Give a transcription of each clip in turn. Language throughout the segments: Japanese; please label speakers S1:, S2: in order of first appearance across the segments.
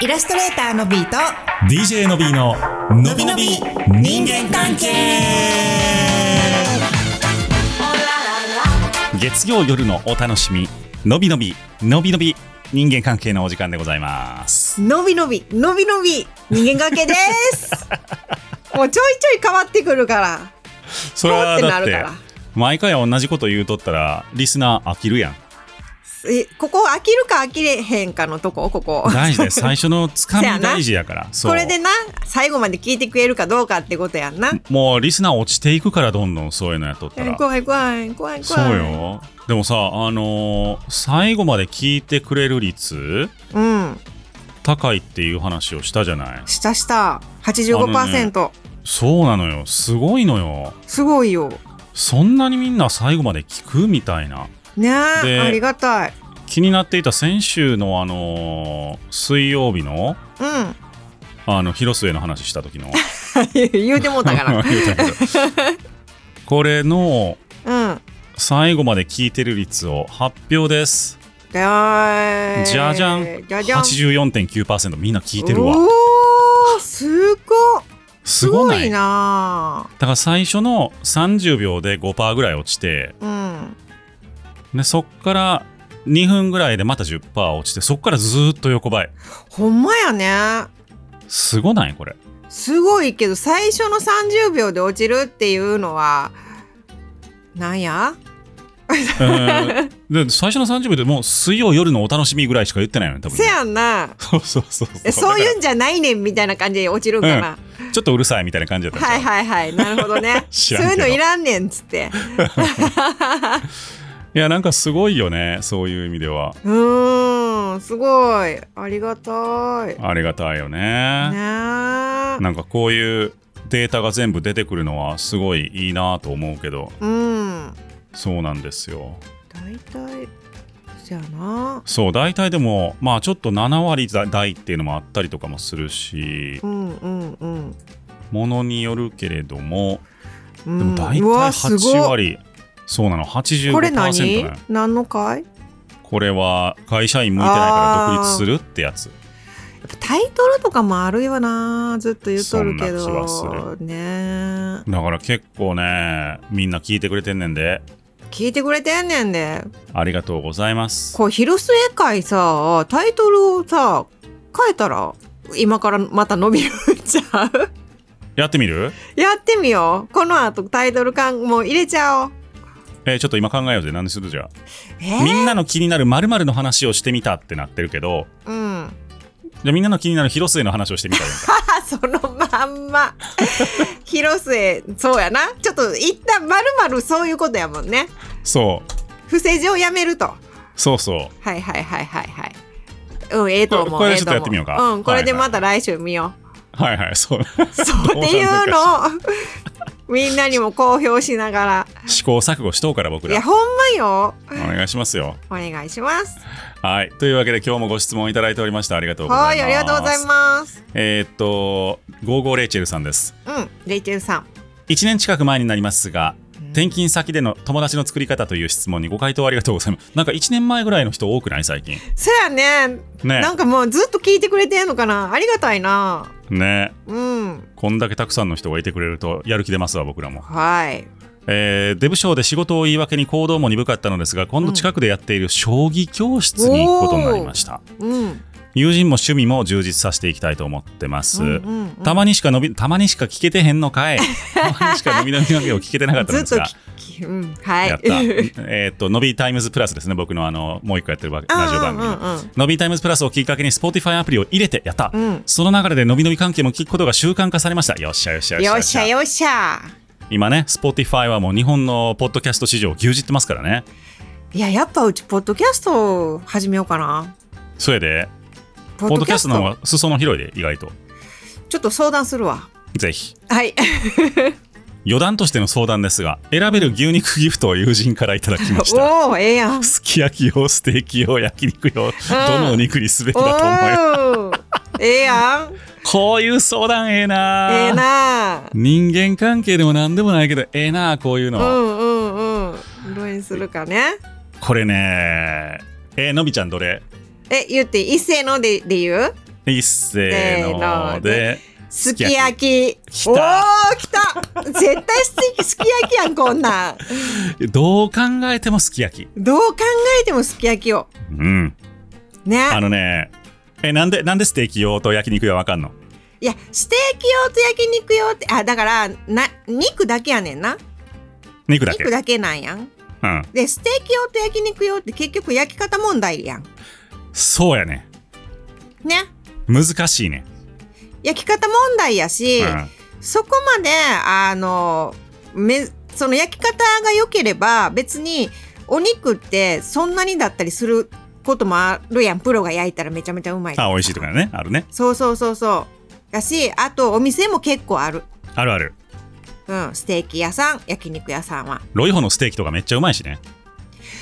S1: イラストレーターのビーと
S2: DJ のびーののびのび人間関係月曜夜のお楽しみのびのびのびのび人間関係のお時間でございます
S1: のびのびのびのび人間関係です もうちょいちょい変わってくるから
S2: それはだって毎回同じこと言うとったらリスナー飽きるや ん
S1: えここ飽きるか飽きれへんかのとこここ
S2: 大事で最初のつかみ大事やからそう
S1: これでな最後まで聞いてくれるかどうかってことやんな
S2: もうリスナー落ちていくからどんどんそういうのやっとった
S1: え
S2: ら
S1: 怖い怖い怖い怖い
S2: そうよでもさあのー最後まで聞いてくれる率
S1: うん
S2: 高いっていう話をしたじゃない
S1: したした85%、
S2: そうなのよすごいのよ
S1: すごいよ
S2: そんなにみんな最後まで聞くみたいな
S1: ねえ
S2: で
S1: ありがたい
S2: 気になっていた先週のあのー水曜日の
S1: うん
S2: あの広末の話した 時の
S1: 言うてもうた か
S2: 言うたけどこれの
S1: らうん
S2: 最後まで聞いてる率を発表です
S1: じゃ
S2: じゃじゃん
S1: じゃじゃん
S2: 84.9%みんな聞いてるわ
S1: おーすごっ
S2: すごないだ
S1: な
S2: から最初の30秒で5%ぐらい落ちて
S1: あ
S2: でそっから2分ぐらいでまた10%落ちてそっからずーっと横ばい
S1: うんほんまやね
S2: すごないこれ
S1: すごいけど最初の30秒で落ちるっていうのはなんや
S2: うんで最初の30秒でもう水曜夜のお楽しみぐらいしか言ってないよね多分
S1: せ
S2: ね
S1: やんな
S2: そうそうそう
S1: えそういうんじゃないねんみたいな感じで落ちるんかな、
S2: だからちょっとうるさいみたいな感じだったん
S1: はい
S2: ちゃう
S1: はいはいなるほどね
S2: 知
S1: そう
S2: らん
S1: い
S2: け
S1: う
S2: ど
S1: のいらんねんっつって
S2: いやなんかすごいよねそういう意味では
S1: うーんすごいありがたいね
S2: ありがたいよね
S1: え
S2: なんかこういうデータが全部出てくるのはすごいいいなと思うけど
S1: うん
S2: そうなんですよ
S1: 大体せやな
S2: そう大体でもまあちょっと7割台っていうのもあったりとかもするし
S1: うんうんうん
S2: ものによるけれども
S1: うん
S2: でも大体
S1: うわすごい
S2: 8割そうなの85%
S1: これ
S2: ね
S1: 何何の会や
S2: これは会社員向いてないから独立するってやつ
S1: っぱタイトルとかもあるよなずっと言っとるけ
S2: そんな気は
S1: どねえ
S2: だから結構ねみんな聞いてくれてんねんで
S1: 聞いてくれてんねんで
S2: ありがとうございます
S1: こう昼末会さタイトルをさ変えたら今からまた伸びるんちゃう
S2: やってみる
S1: やってみようこの後タイトル感もう入れちゃおう
S2: えーちょっと今考えようぜ何するじゃ
S1: え
S2: あみんなの気になる〇〇の話をしてみたってなってるけど
S1: うん
S2: じゃあみんなの気になる広末の話をして みたらいいんか
S1: あそのまんま 広末そうやなちょっと一旦まるまるそういうことやもんね
S2: そう
S1: 不正事をやめると
S2: そうそう
S1: はいはいはいはいはい。うん、ええと思う。
S2: これこれ
S1: ええ
S2: ちょっとやってみようか
S1: 思うん、これで
S2: はいはい
S1: また来週見よ
S2: はいはいそう
S1: う。そうっていうのをみんなにも公表しなが
S2: 試行錯誤しとうから僕
S1: ら。いや、
S2: ら
S1: ほんまよ。
S2: お願いしますよ
S1: お願いします。
S2: はいというわけで今日もご質問いただいておりましたありがとうございま
S1: は
S2: す
S1: い、ありがとうございます。
S2: えーっとゴーゴーレイチェルさんです
S1: うん、レイチェルさん。
S2: 1年近く前になりますが
S1: うん
S2: 転勤先での友達の作り方という質問にご回答ありがとうございますなんか1年前ぐらいの人多くない最近
S1: そやね。
S2: ね
S1: なんかもうずっと聞いてくれてんのかな。ありがたいな。
S2: ね
S1: うん。
S2: こんだけたくさんの人がいてくれるとやる気出ますわ僕らも、
S1: はい。
S2: えーデブショーで仕事を言い訳に行動も鈍かったのですが今度近くでやっている将棋教室に行くことになりました、
S1: うん。
S2: 友人も趣味も充実させていきたいと思ってます、
S1: うんうんうん
S2: たまにしか伸びたまにしか聞けてへんの かいたまにしか伸び伸びのびを聞けてなかったん
S1: ず
S2: で
S1: っ
S2: す
S1: と
S2: が
S1: 聞き、 うん、はい。
S2: やった。えーっと、のびタイムズプラスですね、僕のあの、もう一個やってるわけラジオ番組
S1: うんうんうん
S2: の。のびタイムズプラスをきっかけに、Spotify アプリを入れて、やった。
S1: うん
S2: その流れで、のびのび関係も聞くことが習慣化されました。よっしゃよっしゃよっし
S1: よっ
S2: ゃ。
S1: しゃよっしゃ。
S2: 今ね、Spotify はもう日本のポッドキャスト市場を牛耳ってますからね。
S1: いや、やっぱうちポッドキャスト始めようかな。
S2: それで、
S1: ポ
S2: ポッドキャストの方が裾野広いで、意外と。
S1: ちょっと相談するわ
S2: ぜひ。
S1: はい
S2: 余談としての相談ですが、選べる牛肉ギフトを友人からいただきました。
S1: おおええやん
S2: すき焼き用、ステーキ用、焼肉用、どのお肉にすべき
S1: お
S2: だと思います。
S1: ーええやん
S2: こういう相談ええな
S1: ええな
S2: 人間関係でも何でもないけどええなあこういう
S1: う
S2: の、
S1: んうんうんどれにするかね
S2: これねえーのびちゃんどれ
S1: え言っていい一斉のでで言う
S2: いっせーので。
S1: すき焼き。
S2: き
S1: おおー、来
S2: 焼き
S1: た絶対すきすき焼きやん、こんなん。
S2: どう考えてもすき焼き。
S1: どう考えてもすき焼きを。
S2: うん。
S1: ね。
S2: あのね、え、なんで、なんでステーキ用と焼肉用わかんの
S1: いや、ステーキ用と焼肉用って、あ、だから、な、肉だけやねんな。
S2: 肉だけ。
S1: 肉だけなんやん。
S2: うん。
S1: で、ステーキ用と焼肉用って結局焼き方問題やん。
S2: そうやね。
S1: ね。
S2: 難しいね。
S1: 焼き方問題やし、
S2: うん。
S1: そこまで、あの、め、その焼き方が良ければ、別にお肉ってそんなにだったりすることもあるやん。プロが焼いたらめちゃめちゃうまい。
S2: あ、美味しいとかね。あるね。
S1: そうそうそうそう。だし、あとお店も結構ある。
S2: あるある。
S1: うん、ステーキ屋さん、焼肉屋さんは。
S2: ロイホのステーキとかめっちゃうまいしね。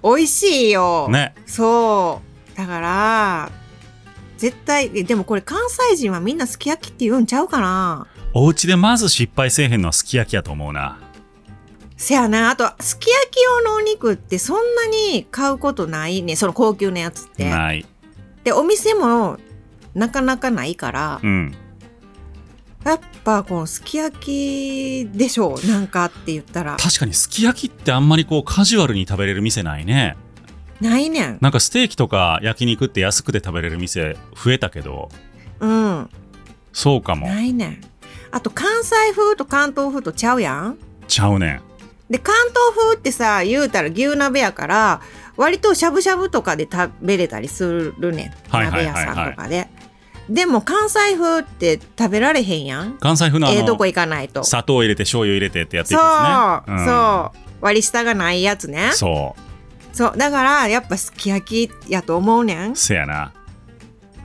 S1: 美味しいよ。
S2: ね。
S1: そう。だから、絶対、えでもこれ関西人はみんなすき焼きって言うんちゃうかな
S2: お家でまず失敗せえへんのはすき焼きやと思うな。
S1: せやな。あと、すき焼き用のお肉ってそんなに買うことないね。その高級なやつって。
S2: ない。
S1: で、お店もなかなかないから、
S2: うん。
S1: やっぱこのすき焼きでしょう。なんかって言ったら。
S2: 確かにすき焼きってあんまりこうカジュアルに食べれる店ないね。
S1: ないねん。
S2: なんかステーキとか焼肉って安くて食べれる店増えたけど、
S1: うん。
S2: そうかも。
S1: ないねん。あと、関西風と関東風とちゃうやん
S2: ちゃうねん。
S1: で関東風ってさ言うたら牛鍋やから割としゃぶしゃぶとかで食べれたりするねん、
S2: はいはいはいはい
S1: 鍋屋さんとかででも関西風って食べられへんやん
S2: 関西風のあ
S1: ええどこ
S2: の、
S1: 行かないと
S2: 砂糖入れて醤油入れてってやってい
S1: そう、
S2: くやつね。
S1: そう割り下がないやつね
S2: うん。そ
S1: そうだからやっぱすき焼きやと思うねん
S2: う。せやな。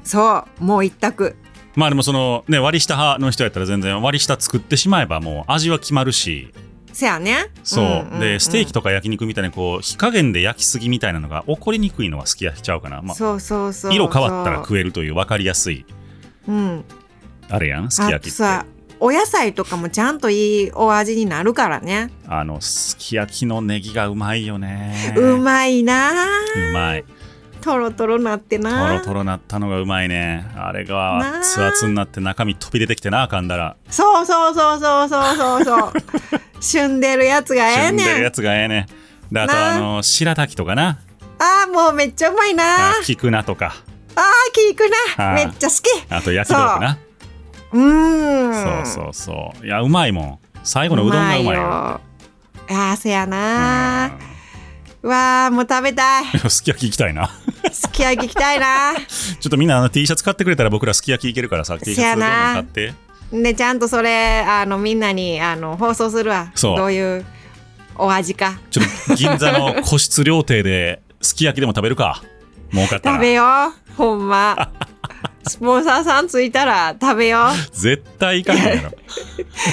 S1: そうもう一択
S2: まあでもそのね割り下派の人やったら全然割り下作ってしまえばもう味は決まるし
S1: せやね
S2: そう,、
S1: んんん
S2: でステーキとか焼肉みたいにこう火加減で焼きすぎみたいなのが起こりにくいのは好き焼きちゃうかな、まあ、
S1: そうそうそう
S2: 色変わったら
S1: う、
S2: 食えるという分かりやすい
S1: うん、
S2: あれやんすき
S1: あと
S2: 焼きってあ
S1: さお野菜とかもちゃんといいお味になるからね
S2: のすき焼きのネギがうまいよね
S1: うまいなあ
S2: うまい
S1: とろとろなって
S2: と
S1: なあ
S2: ろとろなったのがうまいねあれ
S1: な
S2: が
S1: あ
S2: 熱々になって中身飛び出てきてなあかんだら
S1: そうそうそうそうそうそうそう 旬でるやつがええ
S2: 旬で
S1: ね
S2: る
S1: ん
S2: やつがええねんであと
S1: なあ
S2: あの白滝とかな
S1: あーもうめっちゃうまいなあ
S2: あ菊菜とか
S1: あー聞くな
S2: あ
S1: めっちゃ好き
S2: あと焼き豆腐な
S1: うー
S2: そ
S1: ん
S2: うそうそう。いや、うまいもん。最後のうどんがうまいよ。
S1: ああーせやなあ
S2: うん
S1: わあもう食べ たい
S2: すき焼き行き たいな。
S1: すき焼き行きたいな
S2: ちょっとみんなあの T シャツ買ってくれたら僕らすき焼き行けるからさ、T シャツどんどん買って。
S1: でちゃんとそれあのみんなにあの放送するわ
S2: そう
S1: どういうお味か
S2: ちょっと銀座の個室料亭ですき焼きでも食べるか。儲かった
S1: 食
S2: ら。
S1: べようほん まスポンサーさんついたら食べよう
S2: 絶対行かへんやろ。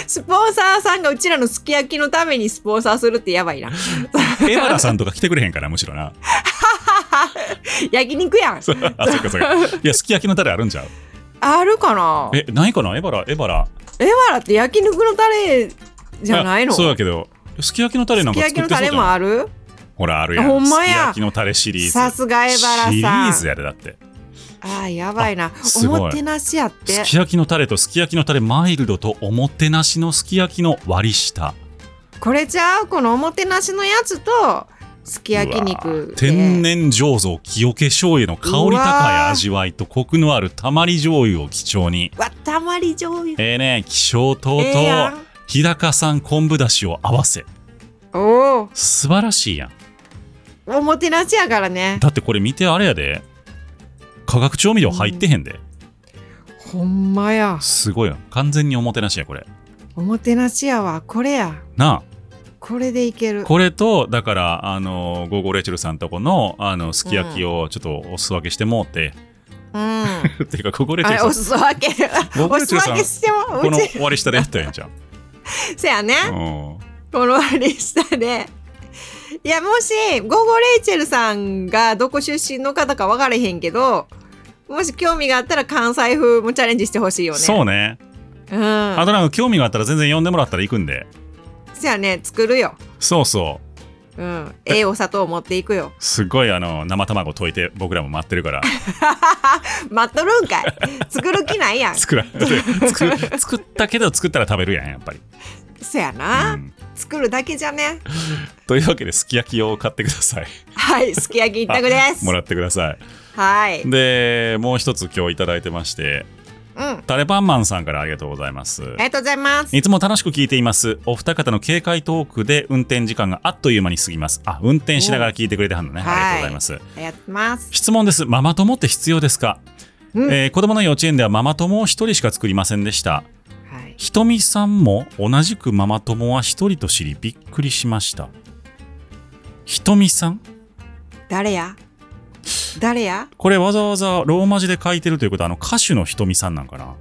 S1: スポンサーさんがうちらのすき焼きのためにスポンサーするってやばいな
S2: エマラさんとか来てくれへんから、むしろな。
S1: 焼肉やん
S2: そうあ、そうかそうか。 いや、すき焼きのタレあるんちゃう
S1: あるかな
S2: え、ないかなエバラ、エバラ。
S1: エワラって焼肉のタレじゃないの
S2: あそうや
S1: す
S2: けど、すき焼きのタレなん
S1: き
S2: か作っ
S1: 焼
S2: て
S1: きのタレ
S2: そうじゃ
S1: も
S2: ない
S1: ある
S2: ほら、あるやん。
S1: ほんまや
S2: すき焼きのタレシリーズ。
S1: さすがエバラさん
S2: シリーズやで、だって。
S1: あーやばいな
S2: す
S1: お
S2: ごい
S1: もてなしやって
S2: すき焼きのタレとすき焼きのタレマイルドとおもてなしのすき焼きの割り下
S1: これじゃあこのおもてなしのやつとすき焼き
S2: う
S1: 肉
S2: わ
S1: で
S2: 天然醸造清気醤油の香り
S1: う
S2: 高い
S1: わ
S2: 味わいとコクのあるたまり醤油を基調に
S1: わたまり醤油
S2: ええね希少糖と
S1: ええやん
S2: 日高産昆布だしを合わせ
S1: おお
S2: 素晴らしいやん
S1: おもてなしやからね
S2: だってこれ見てあれやで化学調味料入ってへんで、
S1: ほんまや
S2: すごいよ完全におもてなしやこれ
S1: おもてなしやわこれや
S2: なあ
S1: これでいける
S2: これとだからあのゴーゴーレイチェルさんとこのあのすき焼きをちょっとおすわけしてもうて、
S1: うん
S2: っていうか、ここで
S1: あ
S2: て
S1: れ
S2: さ
S1: お裾分け
S2: ご
S1: お
S2: めんな
S1: 裾
S2: さい
S1: 分けしても
S2: こ
S1: う
S2: の
S1: ち
S2: 終わり下でやったやんじ ゃん。
S1: せやね
S2: うん
S1: この割り下でいやもしゴーゴーレイチェルさんがどこ出身の方か分からへんけどもし興味があったら関西風もチャレンジしてほしいよね
S2: そうね。
S1: うん
S2: あとなんか興味があったら全然呼んでもらったら行くんで。
S1: せやね作るよ
S2: そうそう。
S1: うん、ええお砂糖を持っていくよ
S2: すっごいあの生卵溶いて僕らも待ってる から
S1: 待っとるんかい作る気ないやん
S2: 作ら作る作ったけど作ったら食べるやんやっぱり、
S1: そやな、
S2: うん
S1: 作るだけじゃね
S2: というわけですき焼きを買ってくださ い
S1: はいすき焼き一択です
S2: もらってください
S1: はいうん
S2: でもう一つ今日いただいてまして
S1: あ
S2: タレパンマンさんからありがとうございます
S1: りがとうございます
S2: いつも楽しく聞いています。お二方の警戒トークで運転時間があっという間に過ぎます。あ、運転しながら聞いてくれてはんのね。
S1: うん
S2: ありがとうございます。
S1: ありがとうございます
S2: 質問です。ママ友って必要ですか、
S1: うん
S2: えー子供の幼稚園ではママ友を一人しか作りませんでした。
S1: はい
S2: ひとみさんも同じくママ友は一人と知りびっくりしました。ひとみさん
S1: 誰や誰や
S2: これわざわざローマ字で書いてるということはあの歌手のひとみさんなんかな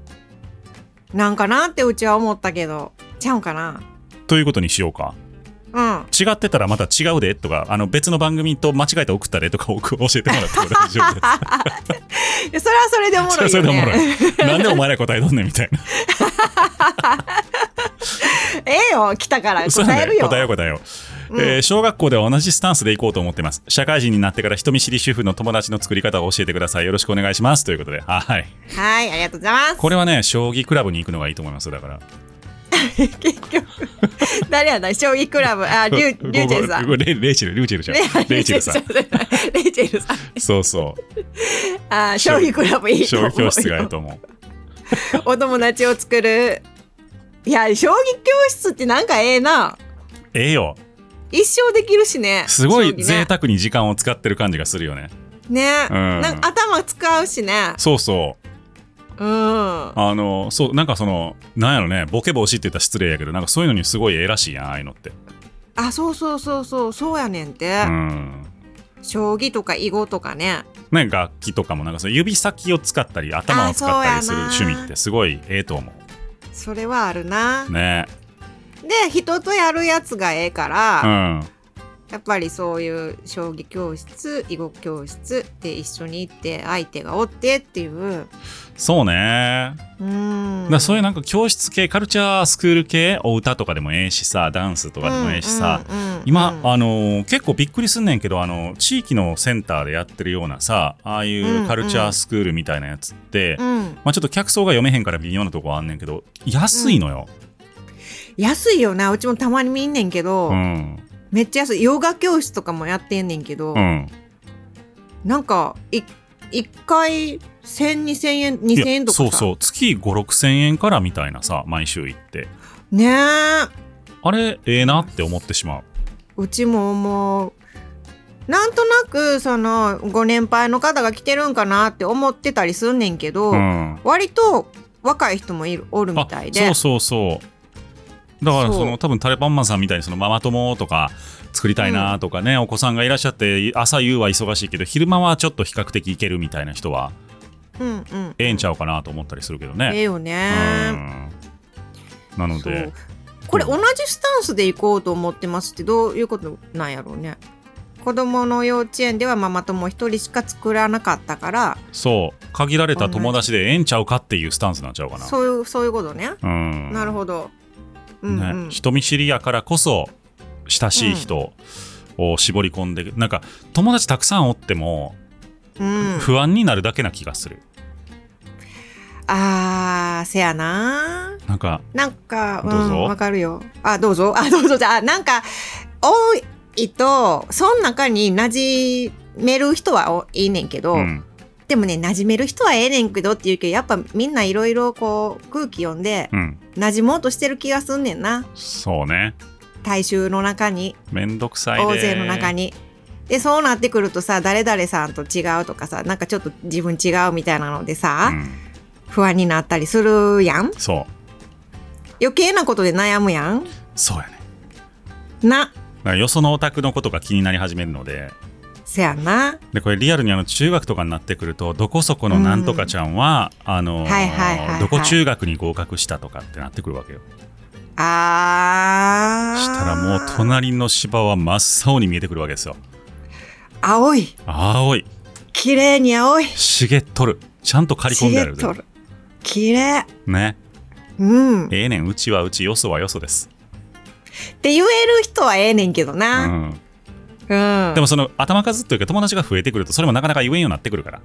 S1: なんかなってうちは思ったけどちゃうんかな
S2: ということにしようか。
S1: うん
S2: 違ってたらまた違うでとかあの別の番組と間違えて送ったでとかを教えてもらっても大丈夫です。
S1: いやそれはそれでおもろい
S2: そ
S1: よ
S2: れでおもろい
S1: ね
S2: なんでお前ら答えとんねんみたいな。
S1: ええよ来たから
S2: そうなん
S1: 答
S2: だ
S1: えるよ
S2: 答えよう答えよう、
S1: うん
S2: えー小学校では同じスタンスで行こうと思ってます。社会人になってから人見知り主婦の友達の作り方を教えてください。よろしくお願いします。ということで。はい。
S1: はいありがとうございます
S2: これはね、将棋クラブに行くのがいいと思います。だから。
S1: 結局誰やな将棋クラブあリュウリュウチェル さん
S2: ここレレイチェル、リューチェルじゃん。レイチェルさん。
S1: んレイチェルさん
S2: そうそう。
S1: あ将棋クラブいいと
S2: 将
S1: 思う
S2: 棋教室がいい
S1: よ
S2: と思う。
S1: お友達を作るいや将棋教室ってなんかええな
S2: ええよ。
S1: 一生できるしね
S2: すご
S1: 将
S2: い
S1: 棋ね
S2: 贅沢に時間を使ってる感じがするよね。
S1: ね、
S2: うん
S1: なんか頭使うしね
S2: そうそう。
S1: うん
S2: あの、そう、なんかその、なんやろね、ボケ防止って言ったら失礼やけど、なんかそういうのにすごいええらしいやん、ああいうのって。
S1: あそうそうそうそうそうやねんて、
S2: うん。
S1: 将棋とか囲碁とかね
S2: ね、楽器とかもなんかその指先を使ったり頭を使ったりす
S1: あーそう
S2: る
S1: やな
S2: 趣味ってすごいええと思
S1: それはあるな
S2: うね
S1: で人とやるやつがええから、
S2: うん
S1: やっぱりそういう将棋教室囲碁教室で一緒に行って相手がおってっていう
S2: そうね、
S1: うん
S2: だからそういうなんか教室系カルチャースクール系お歌とかでもええしさダンスとかでもええしさ、
S1: うんうんうんうん
S2: 今、あのー結構びっくりすんねんけどあの地域のセンターでやってるようなさああいうカルチャースクールみたいなやつって、
S1: うん
S2: まあ、ちょっと客層が読めへんから微妙なとこはあんねんけど安いのよ、
S1: 安いよなうちもたまに見んねんけど、
S2: うん
S1: めっちゃ安いヨガ教室とかもやってんねんけど、
S2: うん、
S1: なんかい一回10002000円
S2: い
S1: 2000
S2: や
S1: 円とかさ
S2: そうそう月5 6千円からみたいなさ毎週行って
S1: ねえ
S2: あれええなって思ってしまう。
S1: うちも思うなんとなくそのご年配の方が来てるんかなって思ってたりすんねんけど、
S2: ん、
S1: 割と若い人もいるおるみ
S2: あ
S1: たいで
S2: そうそうそうだから
S1: そう
S2: その多分タレパンマンさんみたいにそのママ友とか作りたいなとかね、お子さんがいらっしゃって朝夕は忙しいけど昼間はちょっと比較的いけるみたいな人は
S1: うんうん、
S2: ええんちゃうかなと思ったりするけど
S1: ええ
S2: ね。
S1: よ
S2: う
S1: ね、
S2: んなの
S1: そう
S2: で
S1: これ同じスタンスで行こうと思ってますってどういうことなんやろうね子供の幼稚園ではママ友一人しか作らなかったから
S2: そう限られた友達でええんちゃうかっていうスタンスなんちゃうかな。
S1: そういうそういうことね、
S2: うん、
S1: なるほどうんうん、
S2: ね、人見知りやからこそ親しい人を絞り込んで、なんか友達たくさんおっても
S1: うん、
S2: 不安になるだけな気がする、
S1: あーせやな
S2: なんか
S1: なんか
S2: どうぞ
S1: ん、わかるよあどうぞあどうぞじゃあなんか多いとその中に馴染める人はおいいねんけど、
S2: うん
S1: でもね、馴染める人はええねんけどって言うけど、やっぱみんないろいろこう空気読んで、
S2: うん
S1: 馴染もうとしてる気がすんねんな。
S2: そうね
S1: 大衆の中に、
S2: めんどくさいで
S1: 大勢の中に。で、そうなってくるとさ、誰々さんと違うとかさ、なんかちょっと自分違うみたいなのでさ、
S2: うん
S1: 不安になったりするやん。
S2: そう
S1: 余計なことで悩むやん。
S2: そうやね
S1: な、
S2: だからよそのお宅のことが気になり始めるので
S1: せやんな。
S2: でこれリアルにあの中学とかになってくるとどこそこのなんとかちゃんは、あのー
S1: はいはいはいはい
S2: どこ中学に合格したとかってなってくるわけよ
S1: あー。
S2: したらもう隣の芝は真っ青に見えてくるわけですよ
S1: 青い。
S2: 青い
S1: 綺麗に青い。
S2: 茂っとるちゃんと刈り込んである
S1: 茂っとる。綺麗。
S2: ね
S1: うん。
S2: ええねんうちはうちよそはよそです
S1: って言える人はええねんけど
S2: う
S1: な、
S2: ん
S1: うん、
S2: でもその頭数というか友達が増えてくるとそれもなかなか言えんようになってくるから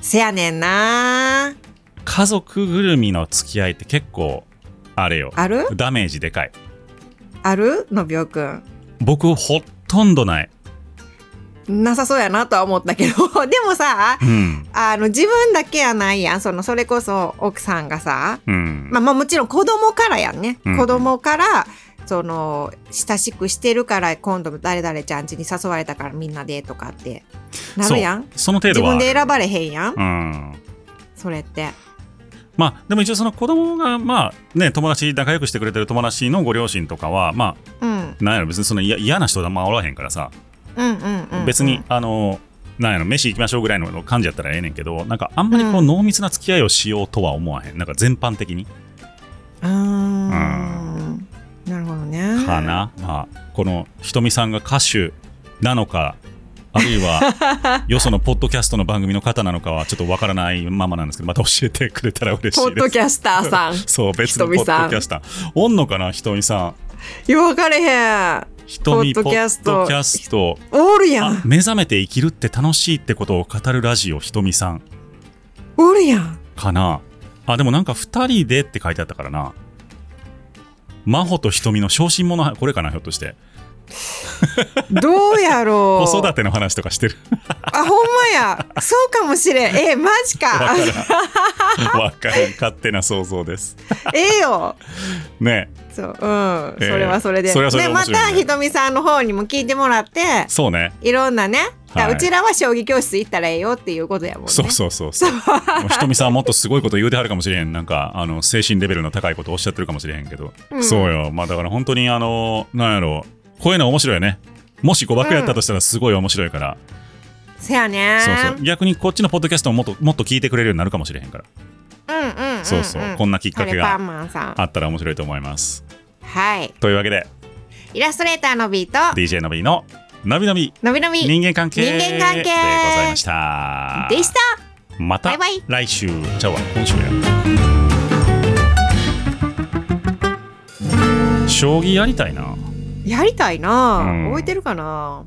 S1: せやねんな
S2: 家族ぐるみの付き合いって結構あれよ
S1: ある
S2: ダメージでかい
S1: あるのびおくん
S2: 僕ほとんどない
S1: なさそうやなとは思ったけど でもさ
S2: うん
S1: あの自分だけやないやんそのそれこそ奥さんがさ
S2: うん、
S1: まあ、まあもちろん子供からやんね、
S2: うん
S1: 子供からその親しくしてるから今度誰々ちゃん家に誘われたからみんなでとかってなるやん
S2: その程
S1: 自
S2: 度は
S1: 分で選ばれへんやん、
S2: うん
S1: それって
S2: まあでも一応その子供がまあね友達仲良くしてくれてる友達のご両親とかはま
S1: うん
S2: あなんやろ別にその嫌嫌な人だまあおらへんからさ
S1: うんうんうん
S2: 別にあのなんやろ飯行きましょうぐらいの感じやったらええねんけどなんかあんまりこう濃密な付き合いをしようとは思わへんなんか全般的に
S1: うーんなるほどね
S2: かな、まあ、このひとみさんが歌手なのかあるいはよそのポッドキャストの番組の方なのかはちょっとわからないままなんですけどまた教えてくれたら嬉し
S1: ポ
S2: い
S1: ッ
S2: で
S1: ド
S2: す
S1: キャスターさん
S2: そう別のポッ
S1: ひと
S2: ド
S1: みさん
S2: キャスターおんのかなひとみさん
S1: いや分かれへん
S2: ひとみ
S1: ポ
S2: ポ
S1: ッ
S2: ッ
S1: ド
S2: ド
S1: キ
S2: キ
S1: ャ
S2: ャ
S1: ス
S2: ス
S1: ト
S2: ト
S1: おるや
S2: あ
S1: ん
S2: 目覚めて生きるって楽しいってことを語るラジオひとみさん
S1: おるやん
S2: かなあでもなんか2人でって書いてあったからな真帆とひとみの小心者これかなひょっとして
S1: どうやろ
S2: 子
S1: う
S2: 育ての話とかしてる
S1: あほんまやそうかもしれんえマジか
S2: わからん勝手な想像です。
S1: ええよ
S2: ね
S1: そう、うん、
S2: え
S1: それはそれで。
S2: それはそれで面
S1: ま
S2: 白い
S1: た
S2: ね
S1: ひとみさんの方にも聞いてもらって、
S2: そうね。
S1: いろんなね、だから
S2: はいう
S1: ちらは将棋教室行ったらええよっていうことやもんね。
S2: そうそうそう そう。もうひとみさんはもっとすごいこと言うてはるかもしれへん。なんか、あの、精神レベルの高いことおっしゃってるかもしれへんけど。
S1: うん
S2: そうよ。まあだから本当に、あの、なんやろう。こういうの面白いよね。もし誤爆やったとしたらすごい面白いから。
S1: せやね
S2: そうそう。逆にこっちのポッドキャストももっと、もっと聞いてくれるようになるかもしれへんから。
S1: うんうんんん
S2: そうそう。こんなきっか
S1: カ
S2: け
S1: レパ
S2: が
S1: ンマンさん。
S2: あったら面白いと思います。
S1: はい。
S2: というわけで、
S1: イラストレーターのビート、
S2: DJ のびの、のびのび、
S1: のびのび
S2: 人間関係
S1: 人間関係
S2: でございました。
S1: でした。
S2: また
S1: バイバイ
S2: 来週じゃあ今週や将棋やりたいな
S1: やりたいな、
S2: うん
S1: 覚えてるかな。